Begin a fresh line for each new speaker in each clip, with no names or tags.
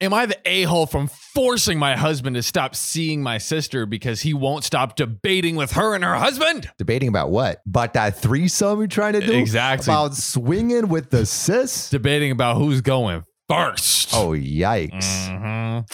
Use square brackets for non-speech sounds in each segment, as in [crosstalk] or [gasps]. am I the a hole from forcing my husband to stop seeing my sister because he won't stop debating with her and her husband?
Debating about what? About that threesome you're trying to do?
Exactly.
About swinging with the sis?
Debating about who's going first.
Oh, yikes.
Mhm.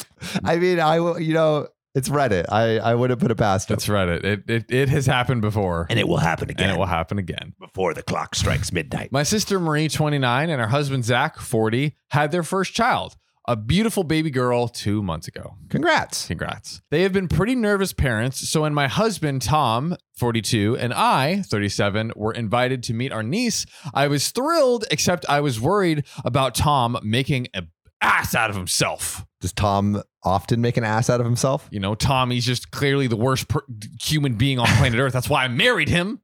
I mean, I will, you know, it's Reddit. I, I wouldn't put it past it.
that's right. It, it it it has happened before,
And it will happen
and
again
it will happen again.
before the clock strikes midnight.
My sister Marie, 29, and her husband Zach, 40, had their first child, a beautiful baby girl, two months ago.
Congrats.
Congrats. They have been pretty nervous parents. So, when my husband, Tom, 42, and I, 37, were invited to meet our niece, I was thrilled, except I was worried about Tom making a ass out of himself.
Does Tom often make an ass out of himself?
You know, Tom, he's just clearly the worst per- human being on planet Earth. That's why I married
[laughs]
him,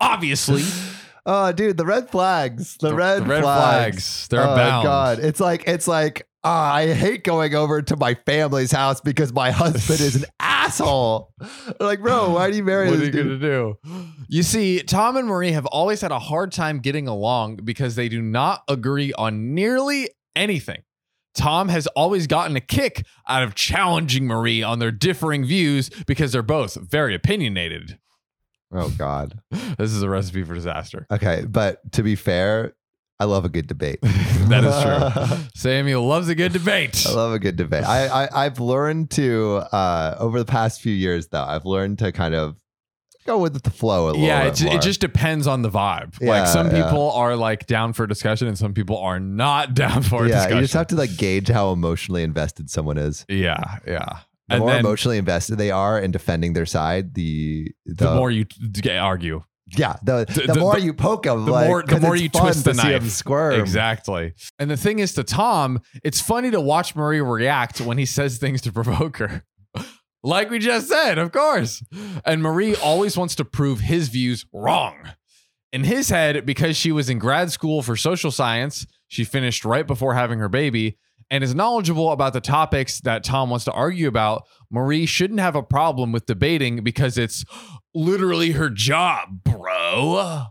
obviously.
Oh, dude, the red flags. The, red, flags.
They're
oh,
abound.
God. It's like, it's like, ah, I hate going over to my family's house because my husband is an asshole. Like, bro, why do you marry
What are
this
you
dude?
gonna do? You see, Tom and Marie have always had a hard time getting along because they do not agree on nearly anything. Tom has always gotten a kick out of challenging Marie on their differing views because they're both very opinionated.
Oh, God.
This is a recipe for disaster. [laughs]
Okay. But to be fair, I love a good debate.
That is
[laughs]
true. Samuel loves a good debate.
I love a good debate. I, I I've learned to uh, over the past few years though. I've learned to kind of go with the flow a little.
Yeah,
bit
it, ju-
more.
it just depends on the vibe.
Yeah,
like some
yeah.
people are like down for discussion and some people are not [laughs] down for
yeah.
discussion.
You just have to like gauge how emotionally invested someone is.
yeah, yeah.
The more emotionally invested they are in defending their side, the the,
the more you t- t- argue.
yeah the, the,
the-
more
the-
you poke them,
the
like,
more- the
'cause
more
it's
you
fun
twist the
to see 'em
knife.
squirm.
Exactly. And the thing is, to Tom, it's funny to watch Marie react when he says things to provoke her. [laughs] like we just said, of course. And Marie always wants to prove his views wrong. In his head, because she was in grad school for social science, she finished right before having her baby, and is knowledgeable about the topics that Tom wants to argue about, Marie shouldn't have a problem with debating because it's literally her job, bro.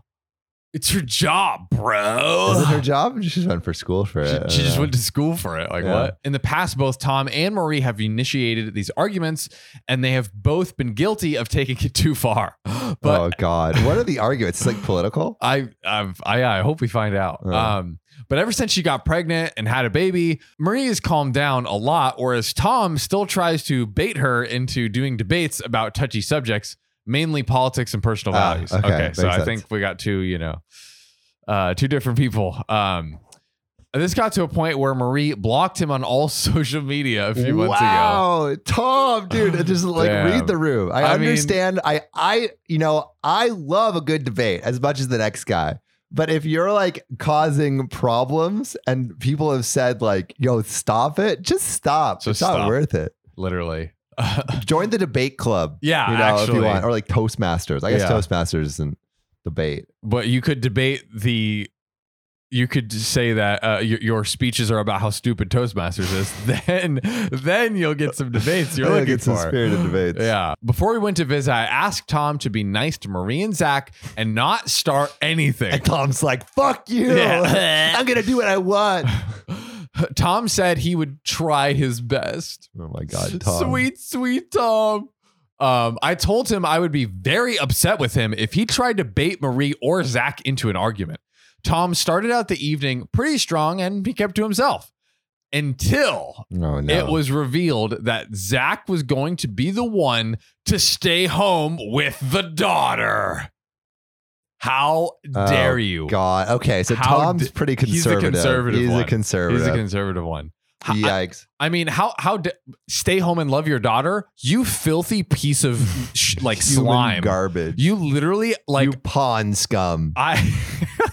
It's her job, bro.
Is it her job? She's run for school for
She,
it.
she just
Uh,
went to school for it. Like
Yeah.
what? In the past, both Tom and Marie have initiated these arguments, and they have both been guilty of taking it too far. [gasps] But
oh God! What are the arguments? It's like political.
I, I've, I, I hope we find out.
Uh.
Um, but ever since she got pregnant and had a baby, Marie has calmed down a lot, whereas Tom still tries to bait her into doing debates about touchy subjects, mainly politics and personal
Ah,
values.
okay,
Okay, so I
makes sense.
think we got two, you know, uh, two different people. Um, this got to a point where Marie blocked him on all [laughs] social media a few months ago.
wow, Tom, dude, it just like
Damn.
read the room. I,
I mean-
understand. I, I, you know, I love a good debate as much as the next guy. But if you're like causing problems and people have said like, "Yo, stop it," just stop.
Just
it's not
stop.
worth it.
Literally.
Join the debate club,
[laughs] yeah,
you know,
actually.
if you want, or like Toastmasters. I guess
Yeah.
Toastmasters isn't debate.
but you could debate the you could say that uh, your, your speeches are about how stupid toastmasters is [laughs] then then you'll get some debates you're
I think
looking
it's
for
the spirit of debates.
yeah before we went to visit i asked tom to be nice to marie and zach and not start anything
[laughs] And Tom's like, "Fuck you!
Yeah.
[laughs] I'm gonna do what
[laughs]
I want."
tom said he would try his best
Oh my god, Tom!
Sweet, sweet Tom. Um, I told him I would be very upset with him if he tried to bait Marie or Zach into an argument. Tom started out the evening pretty strong and he kept to himself until
Oh no!
it was revealed that Zach was going to be the one to stay home with the daughter. How
Oh,
dare you?
God. Okay, so
How
Tom's
d-
pretty
he's the
conservative.
conservative
He's a
one.
conservative.
He's a conservative one. How- I-
Yikes.
I mean, how how d stay home and love your daughter? You filthy piece of
[laughs]
sh- like
Human
slime.
garbage.
You literally like
you pawn scum.
I.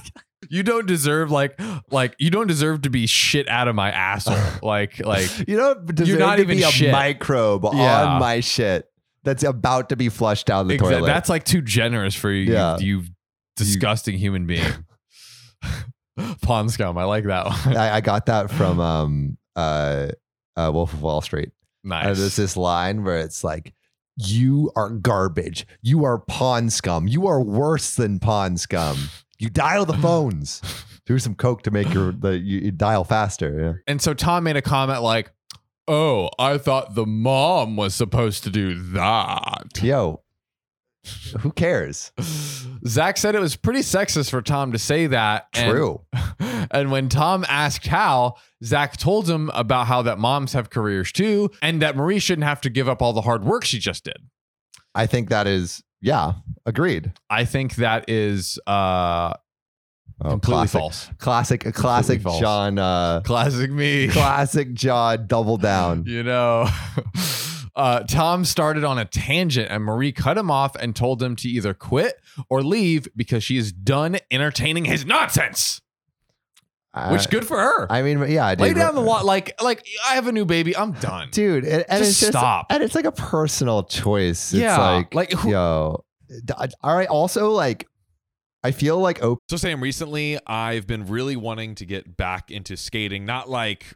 [laughs] you don't deserve like like you don't deserve to be shit out of my
[laughs]
asshole. like like
you don't deserve
You're not
to
even
be a
shit.
microbe
Yeah.
on my shit that's about to be flushed down the
exa-
toilet.
that's like too generous for you.
Yeah.
You, you disgusting human being.
[laughs]
[laughs] Pawn scum. I like that one.
[laughs] I, I got that from um uh, uh Wolf of Wall Street.
nice.
And there's this line where it's like, "You are garbage. You are pawn scum. You are worse than pawn scum. You dial the phones.
[laughs]
Do some coke to make your the you, you dial faster." Yeah.
and so Tom made a comment like, oh, I thought the mom was supposed to do that.
Yo, who cares?
Zach said it was pretty sexist for Tom to say that. and-
True.
[laughs] and when Tom asked how, Zach told him about how that moms have careers too, and that Marie shouldn't have to give up all the hard work she just did.
I think that is, yeah, agreed.
I think that is uh,
Oh,
completely
classic,
false.
Classic, classic
false.
John, uh,
[laughs] Classic
[laughs]
me.
classic John double down.
[laughs] you know. [laughs] Uh, Tom started on a tangent and Marie cut him off and told him to either quit or leave because she is done entertaining his nonsense.
I- Uh,
Which good for her.
I mean, yeah, dude,
Lay down the lot like like I have a new baby. I'm done.
dude. And, and
Just
it's just,
stop.
And it's like a personal choice. It's
Yeah,
like,
like, who-
yo, d- all right. Also, like, I feel like OP
So Sam, recently I've been really wanting to get back into skating, not like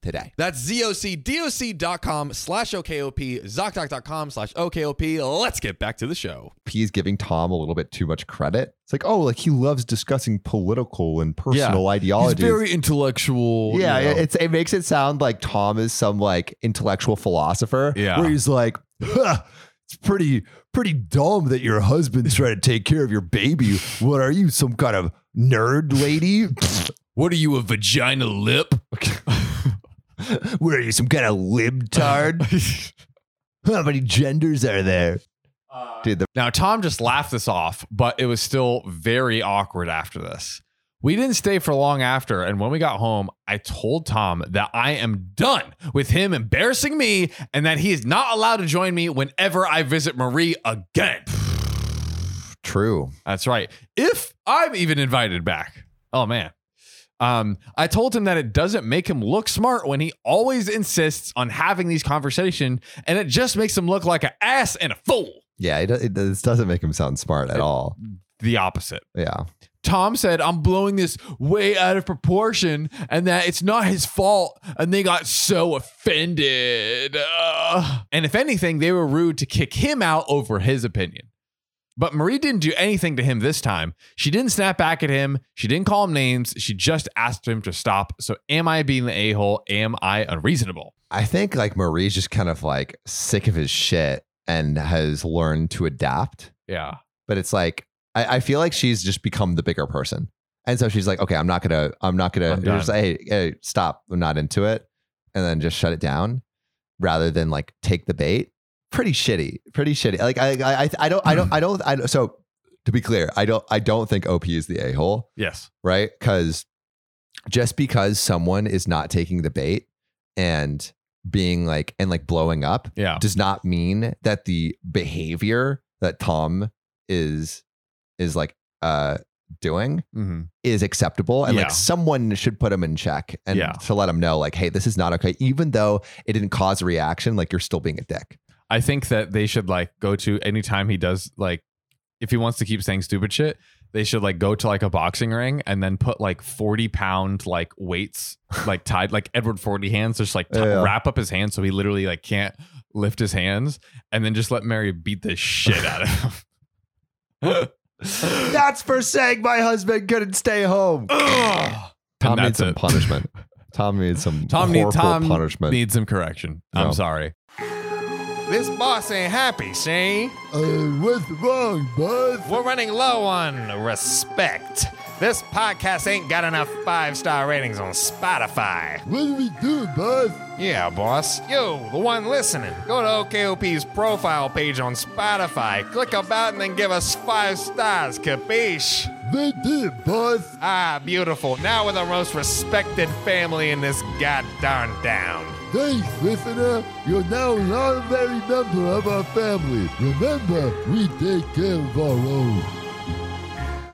today.
That's zocdoc.com slash OKOP, ZocDoc.com slash OKOP. Let's get back to the show.
is giving Tom a little bit too much credit. It's like, oh, like he loves discussing political and personal
He's
ideologies.
very intellectual.
yeah,
you know.
it's it makes it sound like Tom is some like intellectual philosopher.
Yeah.
where he's like, huh, it's pretty pretty dumb that your husband's trying to take care of your baby. What are you, some kind of nerd lady? [laughs]
what are you, a vagina lip?
what are you, some kind of libtard?
[laughs]
How many genders are there?
Now, Tom just laughed this off, but it was still very awkward after this. We didn't stay for long after, and when we got home, I told Tom that I am done with him embarrassing me and that he is not allowed to join me whenever I visit Marie again.
True.
That's right. If I'm even invited back. Oh man. Um, I told him that it doesn't make him look smart when he always insists on having these conversation, and it just makes him look like an ass and a fool.
Yeah, it, it, this doesn't make him sound smart at all.
The opposite.
Yeah.
Tom said, I'm blowing this way out of proportion and that it's not his fault. And they got so offended. Ugh. And if anything, they were rude to kick him out over his opinion. But Marie didn't do anything to him this time. She didn't snap back at him. She didn't call him names. She just asked him to stop. So, am I being the a hole? Am I unreasonable?
I think like Marie's just kind of like sick of his shit and has learned to adapt.
Yeah.
but it's like I, I feel like she's just become the bigger person, and so she's like, okay, I'm not gonna, I'm not gonna,
I'm
you're just like, hey, hey, stop, I'm not into it, and then just shut it down, rather than like take the bait. Pretty shitty, pretty shitty. Like I, I, I, I don't, I don't, I don't, I don't. So to be clear, I don't, I don't think OP is the a hole
Yes.
right? Because just because someone is not taking the bait and being like and like blowing up
Yeah.
does not mean that the behavior that Tom is is like uh doing
Mm-hmm.
is acceptable and
Yeah.
like someone should put him in check and
Yeah.
to let him know like hey this is not okay even though it didn't cause a reaction like you're still being a
[gasps]
dick
I think that they should like go to anytime he does like if he wants to keep saying stupid shit, they should like go to like a boxing ring and then put like 40 pound like weights [laughs] like tied like Edward 40 hands just like t-
Yeah.
wrap up his hands so he literally like can't [laughs] lift his hands and then just let Mary beat the shit out of him. That's for saying my husband couldn't stay
[gasps]
home. Tom
And
needs
that's
some
it. [laughs]
punishment. Tom needs some
Tom, need,
horrible
Tom
punishment.
needs some correction.
No.
I'm sorry. This boss ain't happy, see?
what's wrong, bud?
We're running low on respect. This podcast ain't got enough five star ratings on Spotify.
What do we do, bud?
Yeah, boss. Yo, the one listening, go to OKOP's profile page on Spotify, click about, and then give us five stars, capiche?
They did, bud.
Ah, beautiful. Now we're the most respected family in this goddamn town.
Thanks, listener. You're now an honorary member of our family. Remember, we take care of our own.